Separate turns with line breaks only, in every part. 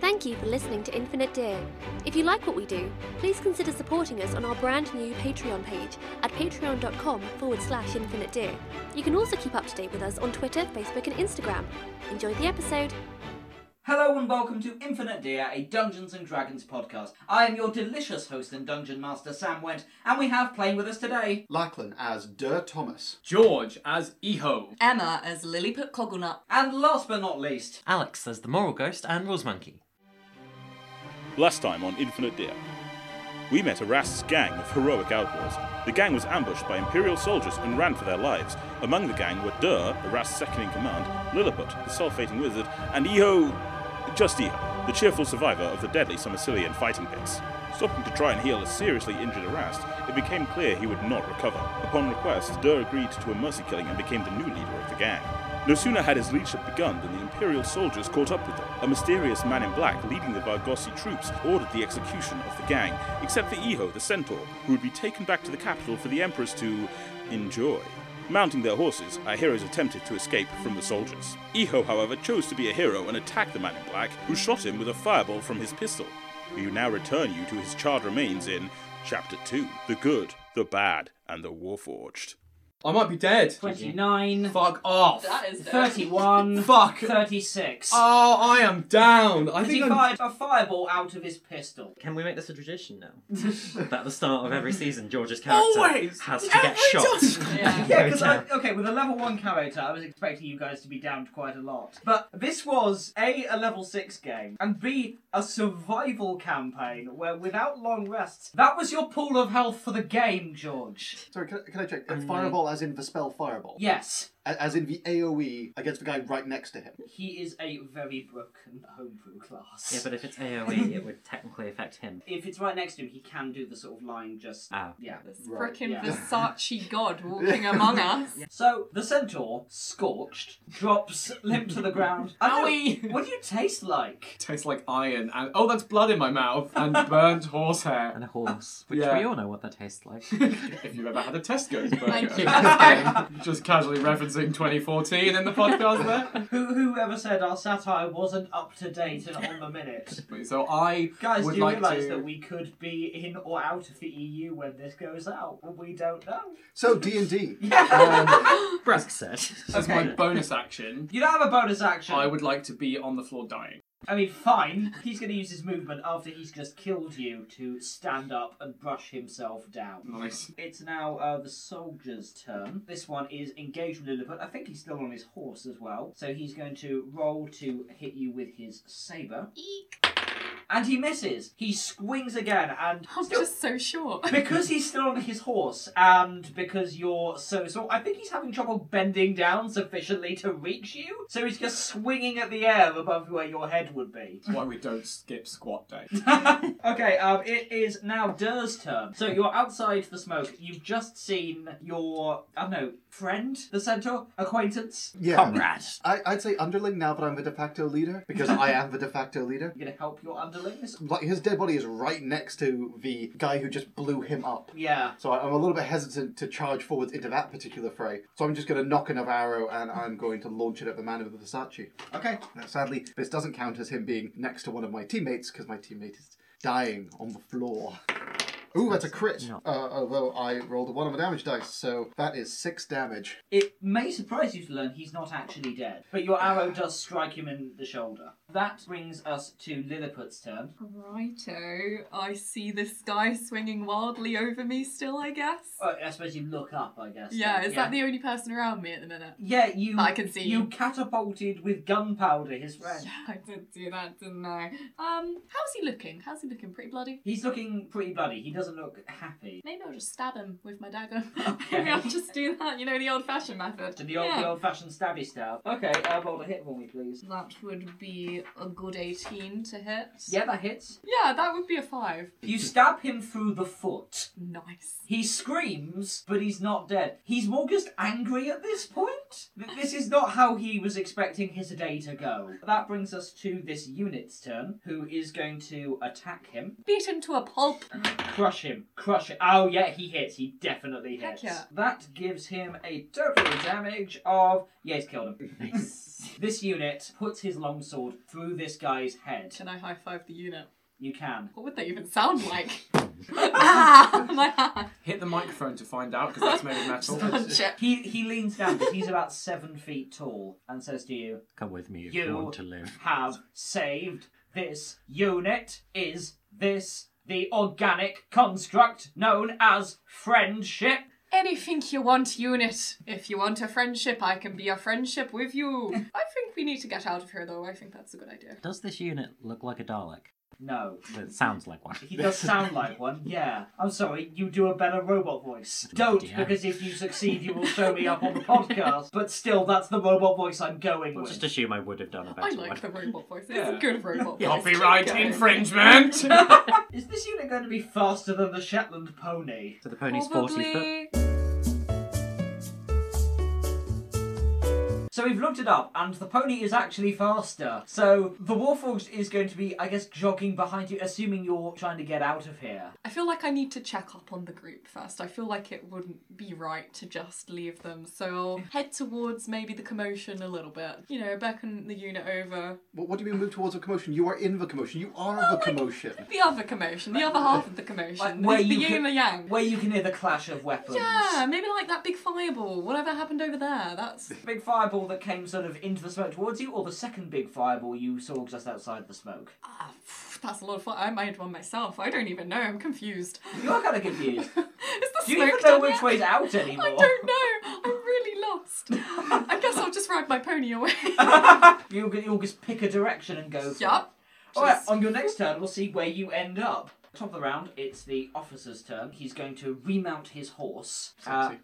Thank you for listening to Infinite Deer. If you like what we do, please consider supporting us on our brand new Patreon page at patreon.com forward slash infinite deer. You can also keep up to date with us on Twitter, Facebook, and Instagram. Enjoy the episode.
Hello and welcome to Infinite Deer, a Dungeons and Dragons podcast. I am your delicious host and dungeon master, Sam Went, and we have playing with us today.
Lachlan as Der Thomas.
George as Eho.
Emma as Lilliput Cogglenut.
And last but not least,
Alex as the moral ghost and Rose Monkey.
Last time on Infinite Deer, we met Arast's gang of heroic outlaws. The gang was ambushed by Imperial soldiers and ran for their lives. Among the gang were Dur, Arast's second in command, Lilliput, the self-hating wizard, and Eho. just Eho, the cheerful survivor of the deadly Somersillian fighting pits. Stopping to try and heal a seriously injured Arast, it became clear he would not recover. Upon request, Dur agreed to a mercy killing and became the new leader of the gang. No sooner had his leadership begun than the Imperial soldiers caught up with them. A mysterious man in black leading the Vargosi troops ordered the execution of the gang, except for Eho, the centaur, who would be taken back to the capital for the Emperors to enjoy. Mounting their horses, our heroes attempted to escape from the soldiers. Eho, however, chose to be a hero and attacked the man in black, who shot him with a fireball from his pistol. We now return you to his charred remains in Chapter 2 The Good, the Bad, and the Warforged.
I might be dead.
29,
Fuck off.
That is
31,
Fuck.
36.
Oh, I am down. I
As he
think I'm...
fired a fireball out of his pistol.
Can we make this a tradition now? that at the start of every season, George's character
Always!
has to
Every
get shot.
time!
Yeah.
Yeah, because I, okay, with a level one character, I was expecting you guys to be downed quite a lot. But this was a a level six game, and b a survival campaign where without long rests, that was your pool of health for the game, George.
Sorry, can, I- can I check? Uh, Fireball as in the spell Fireball?
Yes,
A- As in the AoE against the guy right next to him.
he is a very broken homebrew class.
yeah, but if it's AoE, it would technically affect him.
if it's right next to him, he can do the sort of line just.
Ah.
Ow.
Yeah.
This
Right,
frickin'
yeah.
Versace god walking among us.
So the centaur, scorched, drops limp to the ground. I don't- What do you taste like?
Tastes like iron and oh, that's blood in my mouth and burnt horsehair.
And a horse, which
Yeah.
we all know what that tastes like.
if you've ever had a Tesco's
Thank
burger. Just casually referencing 2014 in the podcast there.
Who, whoever said our satire wasn't up to date and on the minute?
So I
Guys,
would
do you
like
realise
to...
that we could be in or out of the EU when this goes out? We don't know.
So D and D. Um,
Brask said.
As
Okay.
my bonus action,
You don't have a bonus action.
I would like to be on the floor dying.
I mean, fine. He's going to use his movement after he's just killed you to stand up and brush himself down.
Nice.
It's now uh, the soldier's turn. This one is engaged with Lilliput. I think he's still on his horse as well. So he's going to roll to hit you with his saber. And he misses. He swings again and
I'm just so short.
because he's still on his horse and because you're so so i think he's having trouble bending down sufficiently to reach you so he's just swinging at the air above where your head would be
Why we don't skip squat day.
okay um it is now dur's turn so you're outside the smoke you've just seen your i don't know friend the centaur acquaintance
Yeah.
Comrade.
I, I'd say underling now that I'm the de facto leader because I am the de facto leader.
you're gonna help your underlings
Like his dead body is right next to the guy who just blew him up.
yeah
So I- I'm a little bit hesitant to charge forwards into that particular fray. So I'm just going to knock another arrow and I'm going to launch it at the man with the Versace.
okay
Now, sadly, this doesn't count as him being next to one of my teammates because my teammate is dying on the floor. Ooh, that's a crit.
No.
Uh, although I rolled a one on the damage dice, so that is six damage.
It may surprise you to learn he's not actually dead, but your arrow does strike him in the shoulder. That brings us to Lilliput's turn.
Righto, I see this guy swinging wildly over me still, I guess.
Uh, I suppose you look up, I guess.
yeah,
then.
is that the only person around me at the minute?
Yeah, you.
That I can see.
You catapulted with gunpowder his friend.
Yeah, I did do that, didn't I? Um, how's he looking? How's he looking? Pretty bloody?
He's looking pretty bloody. He doesn't look happy.
Maybe I'll just stab him with my dagger.
Okay.
Maybe I'll just do that, you know, the old fashioned method.
To the old,
Yeah.
the old-fashioned stabby stab. Okay, uh, roll a hit for me, please.
That would be a good 18 to hit.
Yeah, that hits.
Yeah, that would be a 5.
You stab him through the foot.
Nice.
He screams, but he's not dead. He's more just angry at this point. Th- This is not how he was expecting his day to go. That brings us to this unit's turn, who is going to attack him.
Beat him to a pulp.
Crush him. Crush him. Oh, yeah, he hits. He definitely
Heck
hits.
yeah.
That gives him a total damage of. Yeah, he's killed him. this unit puts his longsword through this guy's head.
Can I high five the unit?
You can.
What would they even sound like? ah, my hand.
Hit the microphone to find out because that's made of metal.
Punch it.
He, he leans down because he's about seven feet tall and says to you,
Come with me if you,
You
want to live.
have saved this unit is this the organic construct known as friendship.
Anything you want, unit. If you want a friendship, I can be a friendship with you. I think we need to get out of here, though. I think that's a good idea.
Does this unit look like a Dalek?
No.
It sounds like one.
He does sound like one, yeah. I'm sorry, you do a better robot voice. Don't,
Yeah.
because if you succeed, you will show me up on the podcast. But still, that's the robot voice I'm going
We'll
with.
just assume I would have done a better
I like the
one.
robot voice. It's
Yeah.
a good robot voice.
Copyright
Keep going.
infringement!
Is this unit going to be faster than the Shetland pony?
So the pony's 40 foot.
Probably.
So we've looked it up, and the pony is actually faster. So the Warforged is going to be, I guess, jogging behind you, assuming you're trying to get out of here.
I feel like I need to check up on the group first. I feel like it wouldn't be right to just leave them, so I'll head towards maybe the commotion a little bit. You know, beckon the unit over.
What, what do you mean move towards a commotion? You are in the commotion. You are
Oh
the commotion.
The other commotion, the other half of the commotion,
Like,
the-
where
the
you
yin
could-
and the yang.
Where you can hear the clash of weapons.
Yeah, maybe like that big fireball. Whatever happened over there, that's
Big fireball that came sort of into the smoke towards you, or the second big fireball you saw just outside the smoke.
ah, pff, that's a lot of fun. I made one myself. I don't even know. I'm confused.
You are kind of confused.
Is the
Do you even
smoke
know
done
which
yet?
way's out
I
anymore?
don't know. I'm really lost. I guess I'll just ride my pony away.
You'll, you'll just pick a direction and go. for
yup.
it. Alright,
Just-
on your next turn, we'll see where you end up. Top of the round, it's the officer's turn. He's going to remount his horse. Uh,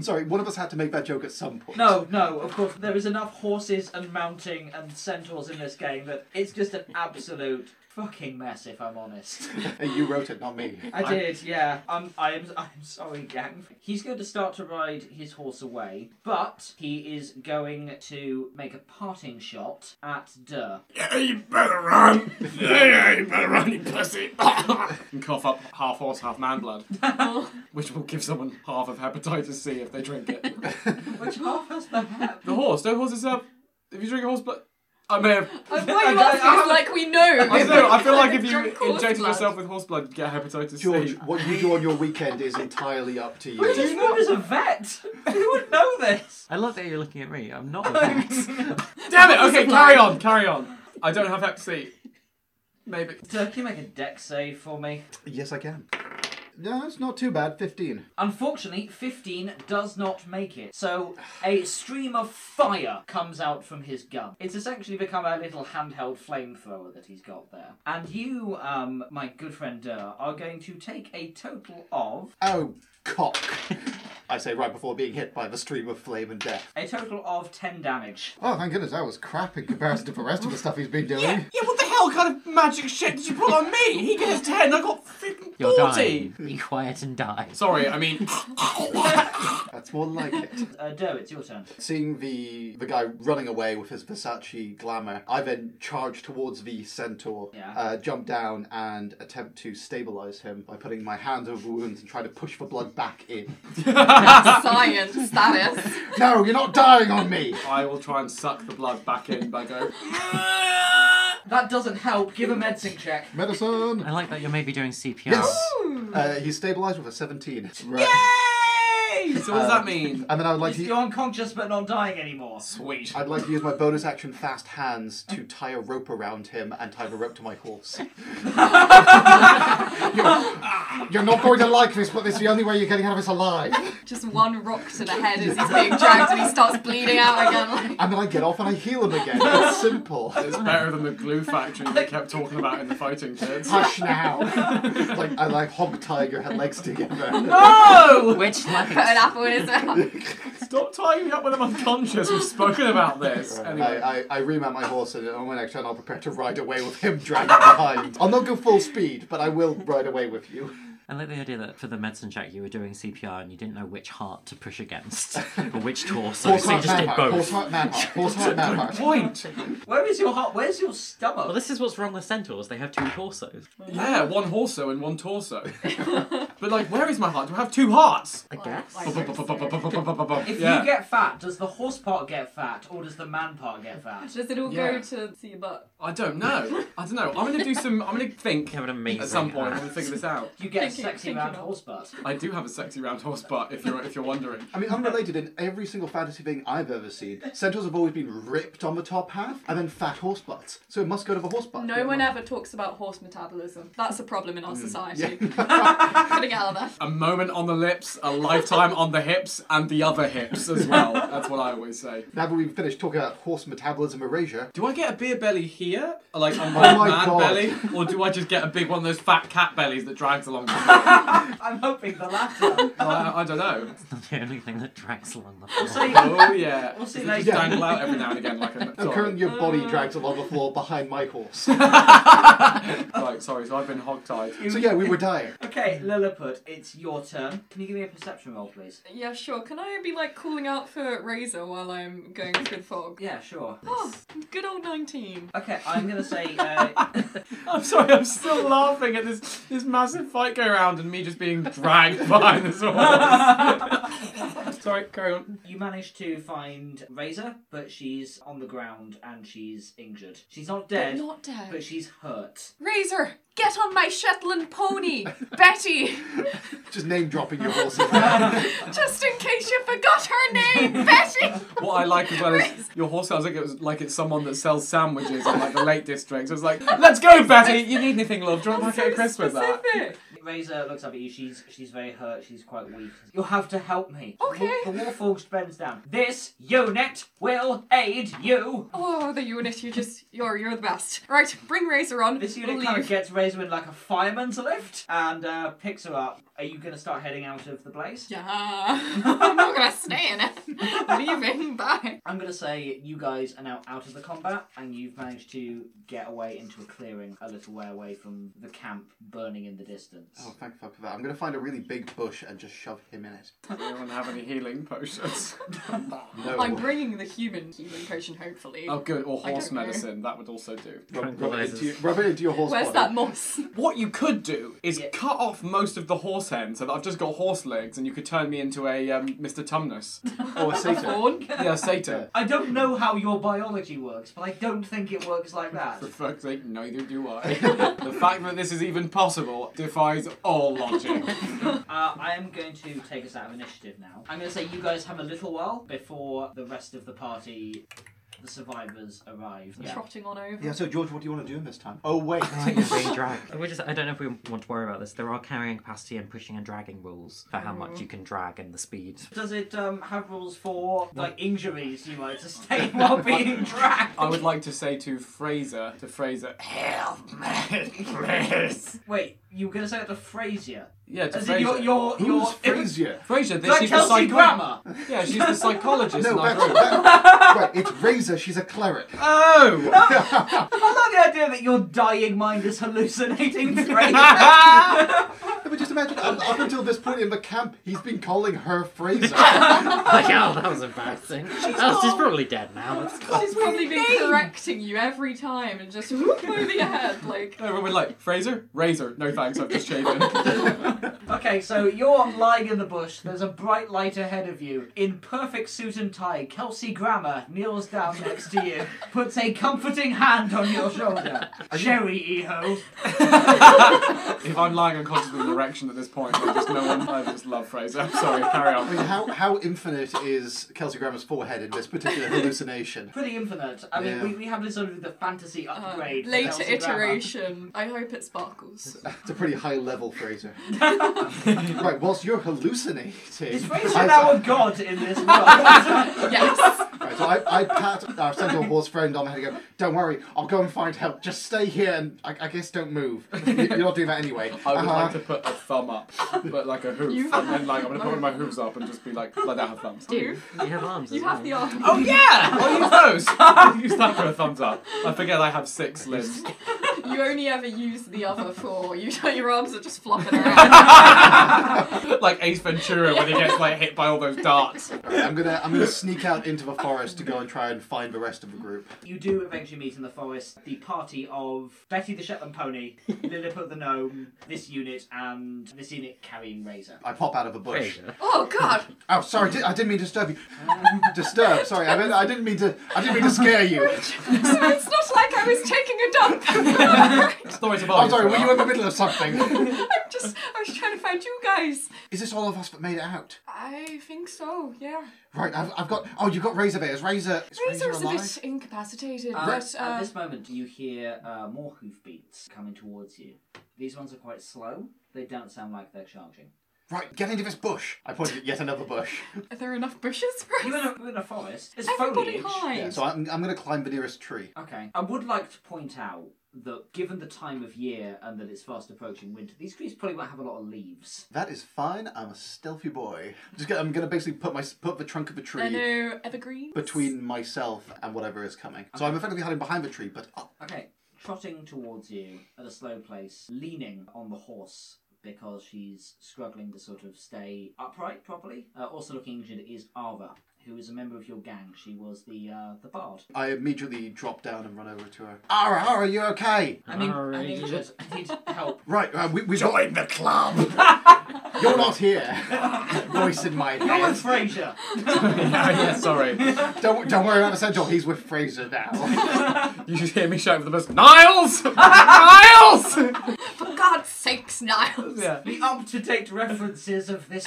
Sorry, one of us had to make that joke at some point.
No, no, of course, there is enough horses and mounting and centaurs in this game that it's just an absolute fucking mess, if I'm honest.
And you wrote it, not me.
I did, yeah. Um, I am, I'm sorry, gang. He's going to start to ride his horse away, but he is going to make a parting shot at Dur.
Yeah, you better run! Yeah, you better run, you pussy! and cough up half horse, half man blood, which will give someone half of hepatitis C if they drink it.
Which half has the hep?
The horse, don't horses have. If you drink horse blood. I may have.
I'm why you ask us like we know.
I don't know, I feel like if you
Drunk horse
injected
blood.
yourself with horse blood, you'd get hepatitis
George,
C.
what you do on your weekend is entirely up to you.
This one is a vet! Who would know this?
I love that you're looking at me. I'm not a vet.
Damn it! Okay, carry on, carry on. I don't have hep C. Maybe.
Dur, can you make a deck save for me?
Yes, I can. No, it's not too bad. 15.
Unfortunately, 15 does not make it. So, a stream of fire comes out from his gun. It's essentially become a little handheld flamethrower that he's got there. And you, um, my good friend Dur, are going to take a total of.
Oh, cock. I say right before being hit by the stream of flame and death.
A total of 10 damage.
Oh, thank goodness that was crap in comparison to the rest of the stuff he's been doing.
Yeah, what the hell kind of magic shit did you put on me? He gets 10, I got freaking
You're dying. Be quiet and die.
Sorry, I mean.
That's more like it.
Uh, Dur, it's your turn.
Seeing the the guy running away with his Versace glamour, I then charge towards the centaur,
Yeah.
uh, jump down and attempt to stabilize him by putting my hands over wounds and trying to push the blood back in.
Science, that is.
no, you're not dying on me.
I will try and suck the blood back in by going.
That doesn't help. Give a medicine check.
Medicine.
I like that you're maybe doing CPR.
Yes. Uh, he's stabilized with a 17. Right.
Hey! So what does that mean?
And then I would like to.
You're unconscious but not dying anymore.
Sweet.
I'd like to use my bonus action fast hands to tie a rope around him and tie the rope to my horse. you're, you're not going to like this, but it's the only way you're getting out of this alive.
Just one rock to the head as he's being dragged and he starts bleeding out again.
And then I get off and I heal him again. It's simple.
It's better than the glue factory they kept talking about in the fighting kids.
Hush now. like I like hog tie your head legs together.
No!
Which
Put an
legs?
apple in his mouth.
Stop tying me up when I'm unconscious. We've spoken about this. Anyway.
I, I, I remount my horse and on my next turn I'll prepare to ride away with him dragging behind. I'll not go full speed, but I will ride away with you.
I like the idea that for the medicine check you were doing CPR and you didn't know which heart to push against or which torso,
Horse
so you
heart
just
man
did
heart. Horse
both.
heart man heart. Horse heart man heart.
Point.
Where is your heart? Where's your stomach?
Well, this is what's wrong with centaurs. They have two torsos.
Yeah, one torso and one torso. but like, where is my heart? Do I have two hearts?
I guess.
Like,
if you
Yeah.
get fat, does the horse part get fat, or does the man part get fat?
Does it all
Yeah.
go to see your butt?
I don't know. I don't know. I'm gonna do some. I'm gonna think
You have an amazing
at some point. I'm
ass.
gonna figure this out.
You get a
Thinking-
sexy
thinking
round
of-
horse butt.
I do have a sexy round horse butt. If you're if you're wondering.
I mean, unrelated, in every single fantasy thing I've ever seen, centaurs have always been ripped on the top half and then fat horse butts. So it must go to the horse butt.
No one ever talks about horse metabolism. That's a problem in our society. Gotta get out of there.
A moment on the lips, a lifetime on the hips, and the other hips as well. That's what I always say.
Now that we've finished talking about horse metabolism erasure,
Do I get a beer belly here, like on my,
Oh my
man
God.
belly, or do I just get a big one of those fat cat bellies that drags along? The floor?
I'm hoping the latter.
I, I don't know.
That's the only thing that drags along the floor.
So you-
Oh yeah.
We'll see
Just
later.
dangle out every now and again like a.
no,
sorry.
currently your
Uh.
body drags along the floor behind my horse.
Right, sorry. So I've been hogtied.
So yeah, we were dying.
okay, Lilliput, it's your turn. Can you give me a perception roll, please?
Yeah, sure. Can I be like calling out for Razor while I'm going through the fog?
Yeah, sure.
Oh, good old 19.
Okay, I'm gonna say. Uh,
I'm sorry, I'm still laughing at this this massive fight go round and me just being dragged behind this horse. sorry, carry on.
You manage to find Razor, but she's on the ground and she's injured. She's not dead,
Not dead.
but she's hurt.
Razor, get on my Shetland pony, Betty!
Just name dropping your horses.
Just in case you forgot her name, Betty!
What I like as well is your horse sounds like it was like it's someone that sells sandwiches in like the Lake District. So it's like, let's go, Betty. You need anything, love? Do you want a packet of crisps with that?
Specific.
Razor looks up at you. She's she's very hurt. She's quite weak. You'll have to help me.
Okay.
The, war- the Warforged bends down. This unit will aid you.
Oh, the unit, you just, you're, you're the best. Right, bring Razor on.
This unit
we'll
kind of
leave.
gets Razor in like a fireman's lift and uh, picks her up. Are you going to start heading out of the place?
Yeah. I'm not gonna stay in it. Leaving, bye.
I'm going to say you guys are now out of the combat and you've managed to get away into a clearing a little way away from the camp burning in the distance.
oh, thank fuck for that. I'm gonna find a really big bush and just shove him in it.
Anyone have any healing potions?
No.
I'm bringing the human healing potion, hopefully.
oh, good. Or
I don't
horse
know.
medicine. That would also do.
Rub, rub it into your, rub it into your horse
Where's
body.
that moss?
What you could do is
Yeah.
cut off most of the horse end so that I've just got horse legs and you could turn me into a um, Mr. Tumnus.
Or a satyr.
Horn?
yeah, Satan.
I don't know how your biology works, but I don't think it works like that. Uh,
For fuck's sake, neither do I. the fact that this is even possible defies all logic.
Uh, I am going to take us out of initiative now. I'm going to say you guys have a little while before the rest of the party, the survivors, arrive. Yeah.
Trotting on over.
Yeah, so George, what do you want to do in this time? Oh wait.
I like them being dragged. We just, I don't know if we want to worry about this. There are carrying capacity and pushing and dragging rules for how much you can drag and the speed.
Does it um, have rules for like injuries you might sustain while being dragged?
I would like to say to Fraser, to Fraser, help me, please.
Wait, you were going to say it to Frasier?
Yeah, to
As in your
Fraser.
your
Who's
your.
Frasier?
Fraser, this
Like
is
Kelsey
the psycho-
Grammer.
Yeah, she's the psychologist in
No,
our
that's,
group.
that- right. It's Razor. She's a cleric.
Oh!
I love the idea that your dying mind is hallucinating Frasier.
Yeah, but just imagine, up, up until this point in the camp, he's been calling her Fraser.
Like, oh, that was embarrassing. Oh, she's probably dead now. That's cool.
She's probably been correcting you every time and just whoop over your head. Like,
Everyone would like, Fraser? Razor. No thanks, I've just shaven.
okay, so you're lying in the bush. There's a bright light ahead of you. In perfect suit and tie, Kelsey Grammer kneels down next to you, puts a comforting hand on your shoulder. Sherry E. Eho.
if I'm lying unconscious with an erection at this point, then just no one I just love Fraser. I'm sorry, carry
I mean,
on.
how, how infinite is Kelsey Grammer's forehead in this particular hallucination?
Pretty infinite. I mean,
Yeah.
we, we have this sort of the fantasy
uh,
upgrade. for
later
Kelsey Grammer.
iteration. I hope it sparkles.
It's a pretty high level Fraser. right, whilst you're hallucinating.
Is Fraser
I-
now a god in this world?
yes.
Right, so I, I pat our centaur horse friend on the head and go, Don't worry, I'll go and find help. Just stay here and I, I guess don't move. You- You're not doing that anyway.
I would
Uh-huh.
like to put a thumb up, but like a hoof,
You-
and then like I'm gonna put my hooves up and just be like, like that have thumbs.
You have arms.
You
as
have the
well.
arm.
Oh,
Oh yeah, I'll use those. I'll use that for a thumbs up. I forget I have six limbs.
You only ever use the other four. You your arms are just flopping around.
like Ace Ventura when he gets like hit by all those darts.
I'm gonna I'm gonna sneak out into the forest to go and try and find the rest of the group.
You do eventually meet in the forest the party of Betty the Shetland Pony, Lilliput the Gnome, this unit, and this unit carrying Razor.
I pop out of a bush.
oh god!
Oh, sorry, di- I didn't mean to disturb you. disturb? Sorry, I didn't, I didn't mean to. I didn't mean to scare you.
So it's not like I was taking a dump.
Story to
I'm sorry. Were you in the middle of something?
I'm just I was trying to find you guys.
Is this all of us that made it out?
I think so, yeah.
Right. I've, I've got. Oh, you got Razor Bears. Razor. Is Razor,
Razor is a
alive?
bit incapacitated,
Um,
but
at
uh,
this moment, you hear uh, more hoofbeats coming towards you. These ones are quite slow. They don't sound like they're charging.
Right. Get into this bush. I pointed at yet another bush.
are there enough bushes for
You're in
us?
a, you're in a forest. There's
Everybody
foliage.
hide.
Yeah. So I'm, I'm gonna climb the nearest tree.
Okay. I would like to point out that given the time of year and that it's fast approaching winter, these trees probably won't have a lot of leaves.
That is fine. I'm a stealthy boy. Just gonna, I'm gonna basically put my put the trunk of a
There
tree
are no evergreens.
between myself and whatever is coming. So I'm effectively hiding behind the tree, but up.
Okay. Trotting towards you at a slow pace, leaning on the horse because she's struggling to sort of stay upright properly. Uh, also looking injured is Arva, who is a member of your gang. She was the uh, the bard.
I immediately drop down and run over to her. Ara, Ara, you okay?
I mean, I
Alright.
need, I need help.
Right, uh, we, we joined the club. You're not here. Voice in my
You're with
head.
Frasier!
yeah, sorry.
Don't, don't worry about the central. He's with Fraser now.
You should hear me shout for the bus. Niles! Niles!
For God's sakes, Niles!
yeah.
The up to date references of this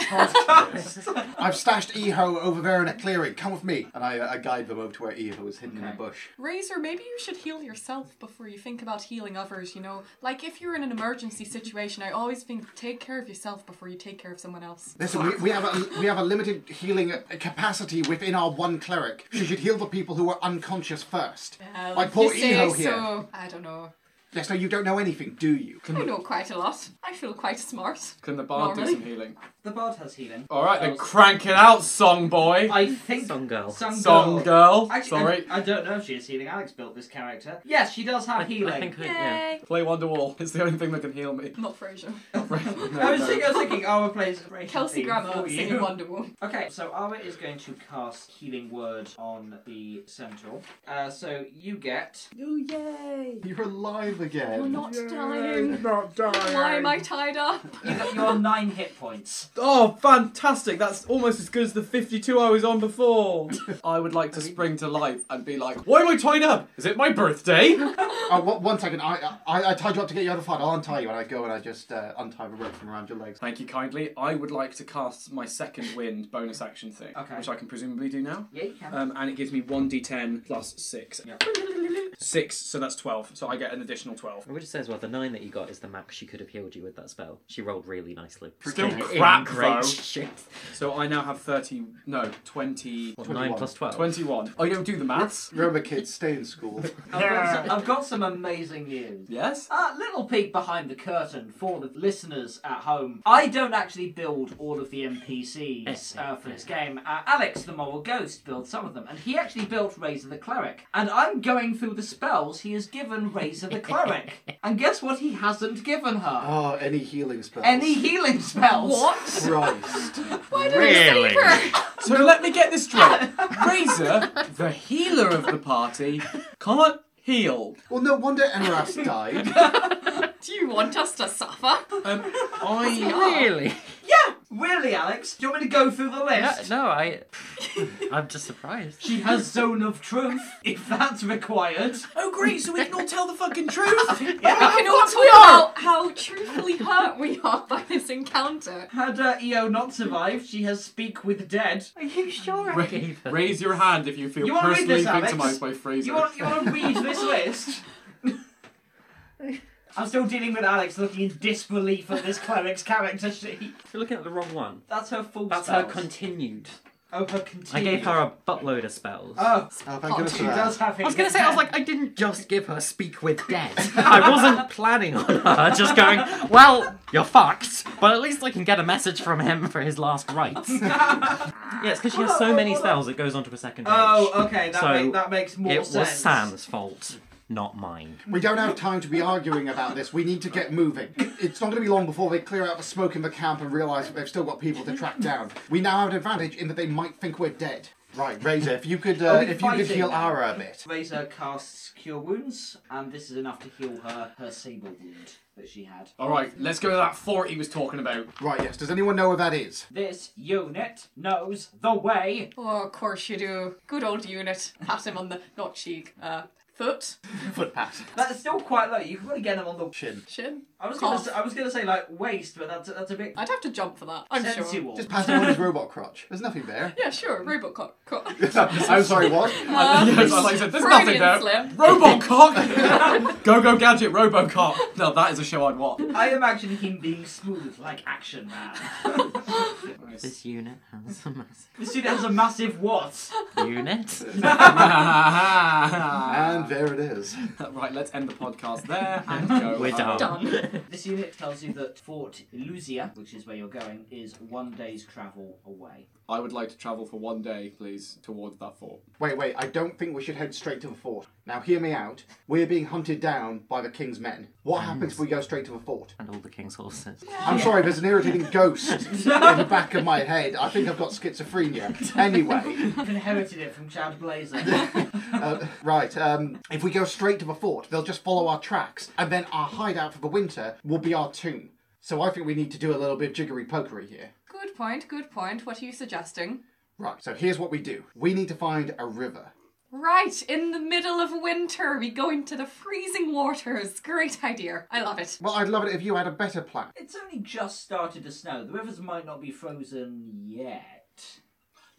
podcast.
I've stashed Eho over there in a clearing. Come with me. And I, uh, I guide them over to where Eho is hidden in a
Okay.
bush.
Razor, maybe you should heal yourself before you think about healing others, you know? Like, if you're in an emergency situation, I always think take care of yourself before you take care of someone else.
Listen, we, we have a we have a limited healing capacity within our one cleric. She should heal the people who are unconscious first.
Uh,
like
if
poor
you say
Eho here.
so. I don't know.
Yes, no, you don't know anything, do you?
I know quite a lot. I feel quite smart.
Can the bard do
Normally.
some healing?
the bard has healing.
Alright, then crank it out, song boy.
I think.
Song girl.
Song girl.
Song girl.
Actually,
Sorry.
I, I don't know if she is healing. Alex built this character. Yes, she does have
I,
healing.
I think I,
Yay!
yeah.
Play Wonderwall. It's the only thing that can heal me.
Not Frasier.
No,
I was
no.
thinking, I was thinking oh, Ara plays Rachel
Kelsey
theme
Grammer
for you.
singing Wonder Woman.
Okay, so Ara is going to cast Healing Word on the Centaur. Uh, so you get.
Oh yay! You're alive again.
You're not dying. Why am I tied up?
You got your nine hit points.
Oh, fantastic! That's almost as good as the 52 I was on before. I would like to spring to life and be like, why am I tied up? Is it my birthday?
Oh, one- one second. I, I I tied you up to get you out of fight. I'll untie you, and I go and I just uh, untie the rope from around your legs.
Thank you kindly. I would like to cast my second wind bonus action thing,
Okay.
which I can presumably do now.
Yeah, you can.
Um, and it gives me 1d10 plus 6.
Yeah.
6, so that's 12. So I get an additional 12.
I would just say as well, the nine that you got is the max she could have healed you with that spell. She rolled really nicely.
Oh,
Still
In
crap, though.
great shape.
So I now have 30. No, 20.
What,
21.
nine plus twelve.
21. I don't do the maths.
Remember, kids, stay in school.
I've, got some, I've got some amazing news.
Yes?
A little peek behind the curtain for the listeners at home. I don't actually build all of the NPCs uh, for this game. Uh, Alex, the moral ghost, built some of them, and he actually built Razor the cleric. And I'm going through the spells he has given Razor the cleric. and guess what? He hasn't given her
Oh, any healing spells?
any healing spells.
What?
Christ.
Why did really? you save her?
So let me get this straight. Razor, the healer of the party, can't heal.
Well, no wonder Enaras died. Oh,
Do you want us to suffer?
Um, I.
Really?
Yeah, really, Alex. Do you want me to go through the
No,
list?
no, I. I'm just surprised.
She has Zone of Truth, if that's required.
Oh, great, so we can all tell the fucking truth!
we can all talk about how truthfully hurt we are by this encounter.
Had uh, EO not survived, she has Speak with Dead. Are you sure?
Ra- raise your hand if you feel
You wanna read
personally
this, Alex?
victimised by Fraser.
You want you want to read this list? I'm still dealing with Alex looking in disbelief at this cleric's character sheet.
You're looking at the wrong one.
That's her full
That's her
spells.
continued.
Oh, her
I
continued.
gave her a buttload of spells.
Oh,
Oh, thank goodness
she
for that.
does have.
I was gonna say, I was like, I didn't just give her speak with dead. I wasn't planning on her just going, well, you're fucked, but at least I can get a message from him for his last rites. Yes, because she
Hold
has
on,
so
hold
many
on.
spells, it goes on to a second page.
Oh, okay, that,
So,
make, that makes more
it
sense.
was Sam's fault, not mine.
We don't have time to be arguing about this. We need to get moving. It's not going to be long before they clear out the smoke in the camp and realise that they've still got people to track down. We now have an advantage in that they might think we're dead. Right, Razor, if you could, uh,
Are we
if you could
fighting?
heal Ara a bit.
Razor casts Cure Wounds, and this is enough to heal her her sable wound that she had.
All right, let's go to that fort he was talking about.
Right, yes. Does anyone know where that is?
This unit knows the way.
Oh, of course you do. Good old unit. Pat him on the not cheek, uh, foot,
Footpath.
That's still quite low. You've got to get them on the.
Shin.
shin.
I was gonna
Cough.
say, I was gonna say like waist, but that's that's a bit
I'd have to jump for that. I'm sure.
sensual.
Just pass him on his robot crotch. There's nothing there.
Yeah, sure. Robot cock. cock.
I'm sorry, what?
Um,
Yes, I like I said, there's nothing
Freudian
there.
slip.
Robocock! go go gadget, Robocock. No, that is a show I'd watch.
I imagine him being smooth like Action Man.
This unit has a massive
this unit has a massive what?
unit.
And
right,
there it is.
let's end the podcast there and go.
We're done.
Done.
This unit tells you that Fort Illusia, which is where you're going, is one day's travel away.
I would like to travel for one day, please, towards that fort.
Wait, wait, I don't think we should head straight to the fort. Now, hear me out. We're being hunted down by the king's men. What happens if we go straight to the fort?
and all the king's horses.
I'm sorry, there's an irritating ghost in the back of my head. I think I've got schizophrenia. Anyway,
I've inherited it from Chad Blazer.
uh, right, um, if we go straight to the fort, they'll just follow our tracks, and then our hideout for the winter will be our tomb. So I think we need to do a little bit of jiggery pokery here.
Good point, good point. What are you suggesting?
Right, so here's what we do we need to find a river.
Right, in the middle of winter, we go into the freezing waters. Great idea. I love it.
Well, I'd love it if you had a better plan.
it's only just started to snow. The rivers might not be frozen yet.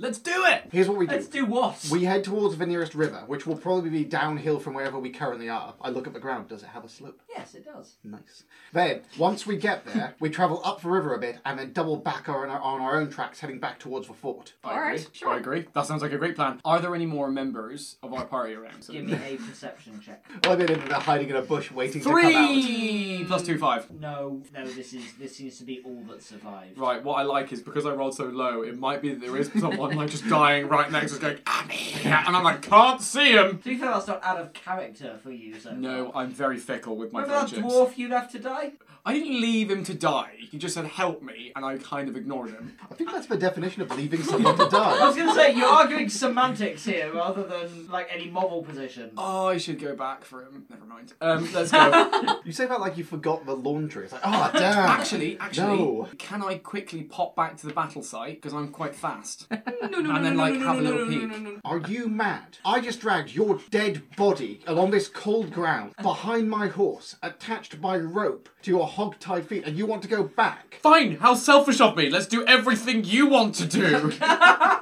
Let's do it!
Here's what we do.
Let's do what?
We head towards the nearest river, which will probably be downhill from wherever we currently are. I look at the ground. Does it have a slope?
Yes, it does.
Nice. Then, once we get there, we travel up the river a bit and then double back on our, on our own tracks heading back towards the fort.
I
All right,
agree.
sure.
I agree. That sounds like a great plan. Are there any more members of our party around?
Give me a perception check.
Well, they ended up hiding in a bush waiting to come out.
Three plus two five.
No, no, this is this seems to be all that survived.
Right, what I like is because I rolled so low, it might be that there is someone like just dying right next to us going, "I'm here," and I'm like, can't see him.
Do you feel that's not out of character for you? So
No, I'm very fickle with my
Remember that
friendships.
dwarf you left to die?
I didn't leave him to die. He just said, help me, and I kind of ignored him.
I think that's the definition of leaving someone to
I was
die.
going to say, you're arguing semantics here rather than like any moral position.
Oh, I should go back for him. Never mind. Um, let's go.
You say that like you forgot the laundry. It's like, ah, damn.
actually, actually,
No.
can I quickly pop back to the battle site? Because I'm quite fast.
No, no,
And
no,
then,
no,
like,
no,
have a
no,
little
no, no,
peek.
no, no, no.
Are you mad? I just dragged your dead body along this cold ground behind my horse, attached by rope to your hog-tied feet, and you want to go back?
Fine, how selfish of me. Let's do everything you want to do.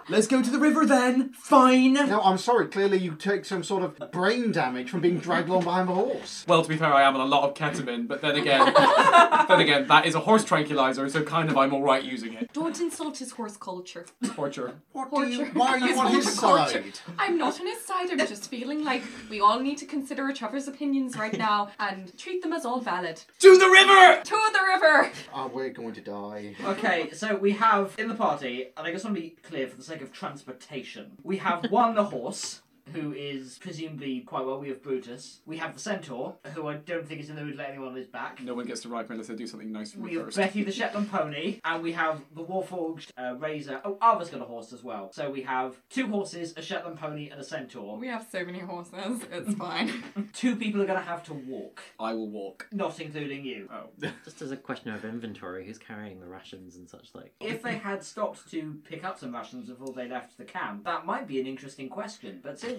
let's go to the river then. Fine.
No, I'm sorry. Clearly, you take some sort of brain damage from being dragged along behind a horse.
Well, to be fair, I am on a lot of ketamine, but then again, then again, that is a horse tranquilizer, so kind of I'm all right using it.
Don't insult his horse culture.
Torture.
What do
Torture.
you? Why are you
His
on his
horse
side?
culture. I'm not on his side. I'm just feeling like we all need to consider each other's opinions right now and treat them as all valid.
To the river!
To the river!
Oh, we're going to die.
Okay, so we have in the party, and I just want to be clear for the sake of transportation, we have one horse. Who is presumably quite well? We have Brutus. We have the centaur, who I don't think is in the mood to let anyone on his back.
No one gets to ride me unless they do something nice for me
We have
first.
Betty the Shetland pony, and we have the Warforged uh, Razor. Oh, Arva's got a horse as well. So we have two horses, a Shetland pony, and a centaur.
We have so many horses. It's fine.
Two people are going to have to walk,
I will walk.
not including you.
Oh.
Just as a question of inventory, who's carrying the rations and such like?
If they had stopped to pick up some rations before they left the camp, that might be an interesting question. But since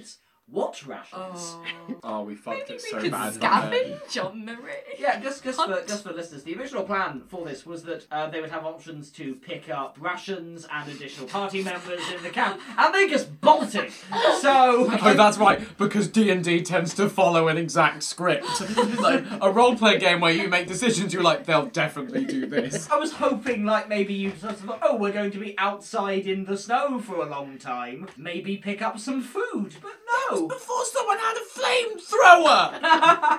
what rations?
Oh, we fucked
Maybe
it
we
so
could
bad.
scavenge on the ring.
Yeah, just just for,
Hunt.
just for listeners, the original plan for this was that uh, they would have options to pick up rations and additional party members in the camp, and they just bolted. So
Oh, that's right, because D&D tends to follow an exact script. like, a role-play game where you make decisions, you're like, they'll definitely do this.
I was hoping, like, maybe you'd sort of thought, oh, we're going to be outside in the snow for a long time. Maybe pick up some food, but no.
Before someone had a flamethrower!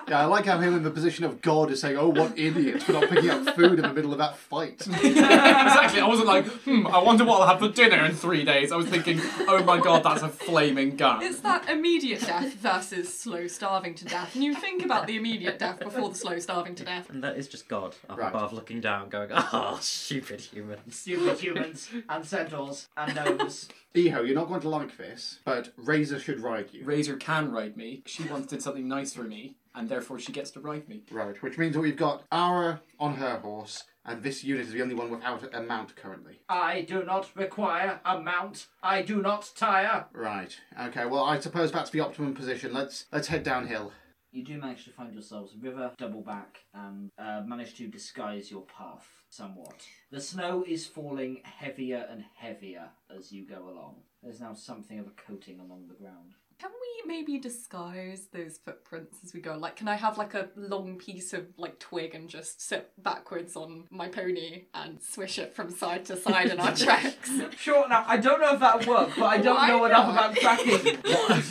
Yeah, I like how him in the position of God is saying, "Oh, what idiots for not picking up food in the middle of that fight."
exactly. I wasn't like, hmm, I wonder what I'll have for dinner in three days. I was thinking, oh my god, that's a flaming gun.
It's that immediate death versus slow starving to death. And you think about the immediate death before the slow starving to death.
And that is just God up
Right.
above looking down, going, ah, stupid humans.
Stupid humans and centaurs and gnomes.
Eho, you're not going to like this, but Razor should ride you.
Razor can ride me. She once did something nice for me, and therefore she gets to ride me.
Right, which means that we've got Ara on her horse, and this unit is the only one without a mount currently.
I do not require a mount. I do not tire.
Right. Okay. Well, I suppose that's the optimum position. Let's let's head downhill.
You do manage to find yourselves a river, double back, and uh, manage to disguise your path somewhat. The snow is falling heavier and heavier as you go along. There's now something of a coating along the ground.
Can we maybe disguise those footprints as we go? Like, can I have like a long piece of like twig and just sit backwards on my pony and swish it from side to side in our tracks?
Sure, now I don't know if that worked, but I don't
Why
know enough about
not?
tracking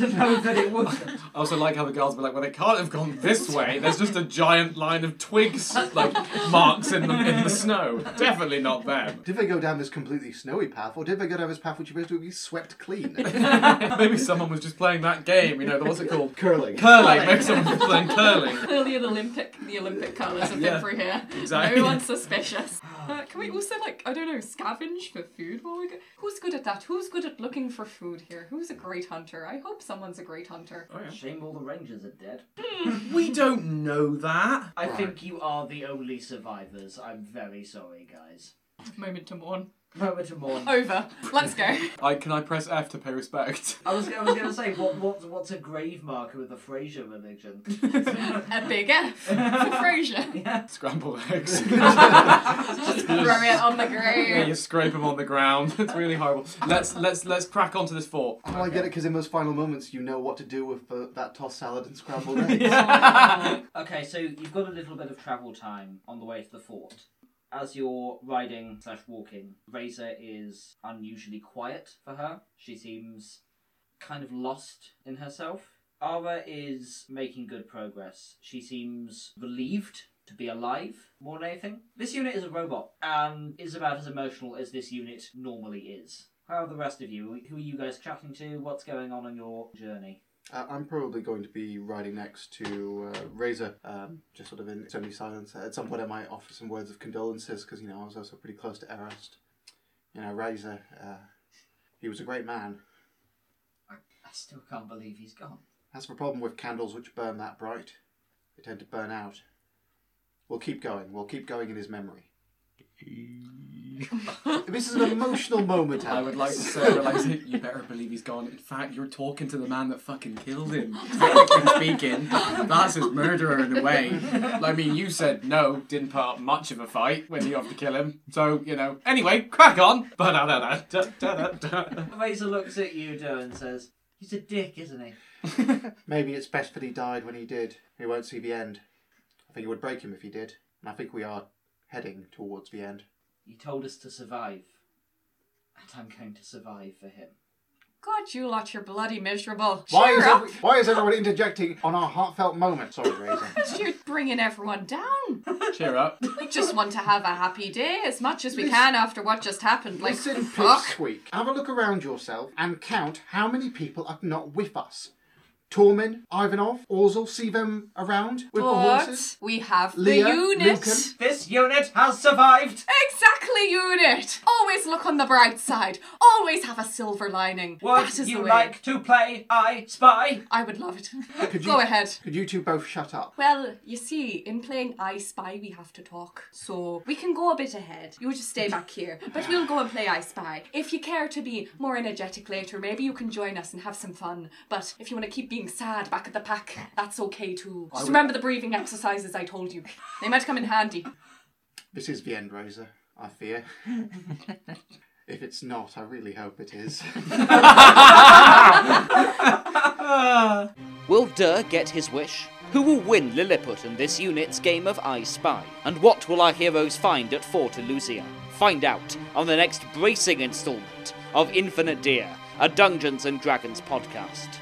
to know that it wouldn't.
I also like how the girls were like, well, they can't have gone this way. There's just a giant line of twigs, like marks in the in the snow. Definitely not them.
Did they go down this completely snowy path, or did they go down this path which is supposed to be swept clean?
Maybe someone was just playing that game. You know, what's it called?
Curling.
Curling. Maybe someone was playing curling.
Clearly, an Olympic, the Olympic colours have
Yeah,
been through here.
exactly.
No one's suspicious. Uh, can we also like I don't know scavenge for food while we go? Who's good at that? Who's good at looking for food here? Who's a great hunter? I hope someone's a great hunter.
Shame all the rangers are dead.
We don't know that.
I think you are the only survivors. I'm very sorry, guys.
Moment to mourn.
Moment of mourn.
Over. Let's go.
I can I press F to pay respect?
I was, I was going to say, what, what, what's a grave marker with the Fraser religion?
A big F for Frasier.
Scramble eggs.
Throw it on the
Yeah,
grave.
you scrape them on the ground. It's really horrible. Let's let's let's crack onto this fort.
Well, I get it because in those final moments, you know what to do with uh, that tossed salad and scrambled eggs.
Okay, so you've got a little bit of travel time on the way to the fort. As you're riding slash walking, Razor is unusually quiet for her. She seems kind of lost in herself. Ara is making good progress. She seems relieved to be alive more than anything. This unit is a robot and is about as emotional as this unit normally is. How are the rest of you? Who are you guys chatting to? What's going on on your journey?
Uh, I'm probably going to be riding next to uh, Razor, um, just sort of in semi silence. At some point, I might offer some words of condolences because, you know, I was also pretty close to Errest. You know, Razor, uh, he was a great man.
I still can't believe he's gone.
That's the problem with candles which burn that bright. They tend to burn out. We'll keep going. We'll keep going in his memory. this is an emotional moment,
I
Alex.
would like to say, like, you better believe he's gone. In fact, you're talking to the man that fucking killed him. speaking, that's his murderer in a way. I mean, you said no, didn't put up much of a fight when you offered to kill him. So you know. Anyway, crack on. Ba-da-da-da-da-da-da.
Razor looks at you, Doe, and says, He's a dick, isn't he?
Maybe it's best that he died when he did. We won't see the end. I think it would break him if he did. And I think we are heading towards the end.
He told us to survive. And I'm going to survive for him.
God, you lot, you're bloody miserable.
Why
Cheer
is,
up.
every, why is everyone interjecting on our heartfelt moment? Sorry, Razor.
You're bringing everyone down.
Cheer up.
We just want to have a happy day as much as we can after what just happened. Like,
Listen,
fuck.
Pipsqueak, have a look around yourself and count how many people are not with us. Tormin, Ivanov, Orzel, see them around with the
But
horses.
we have
Leah,
the unit.
Lucan.
This unit has survived!
Exactly, unit. Always look on the bright side. Always have a silver lining. that is the way.
to play I Spy?
I would love it.
Could you-
Go ahead.
Could you two both shut up?
Well, you see, in playing I Spy, we have to talk. So we can go a bit ahead. You just stay back here. But we'll go and play I Spy. If you care to be more energetic later, maybe you can join us and have some fun. But if you want to keep being sad back at the pack, that's okay too. Just remember the breathing exercises I told you. They might come in handy.
This is the end, Razor, I fear. if it's not, I really hope it is.
Will Durr get his wish? Who will win Lilliput in this unit's game of I Spy? And what will our heroes find at Fort Illusia? Find out on the next bracing installment of Infinite Deer, a Dungeons and Dragons podcast.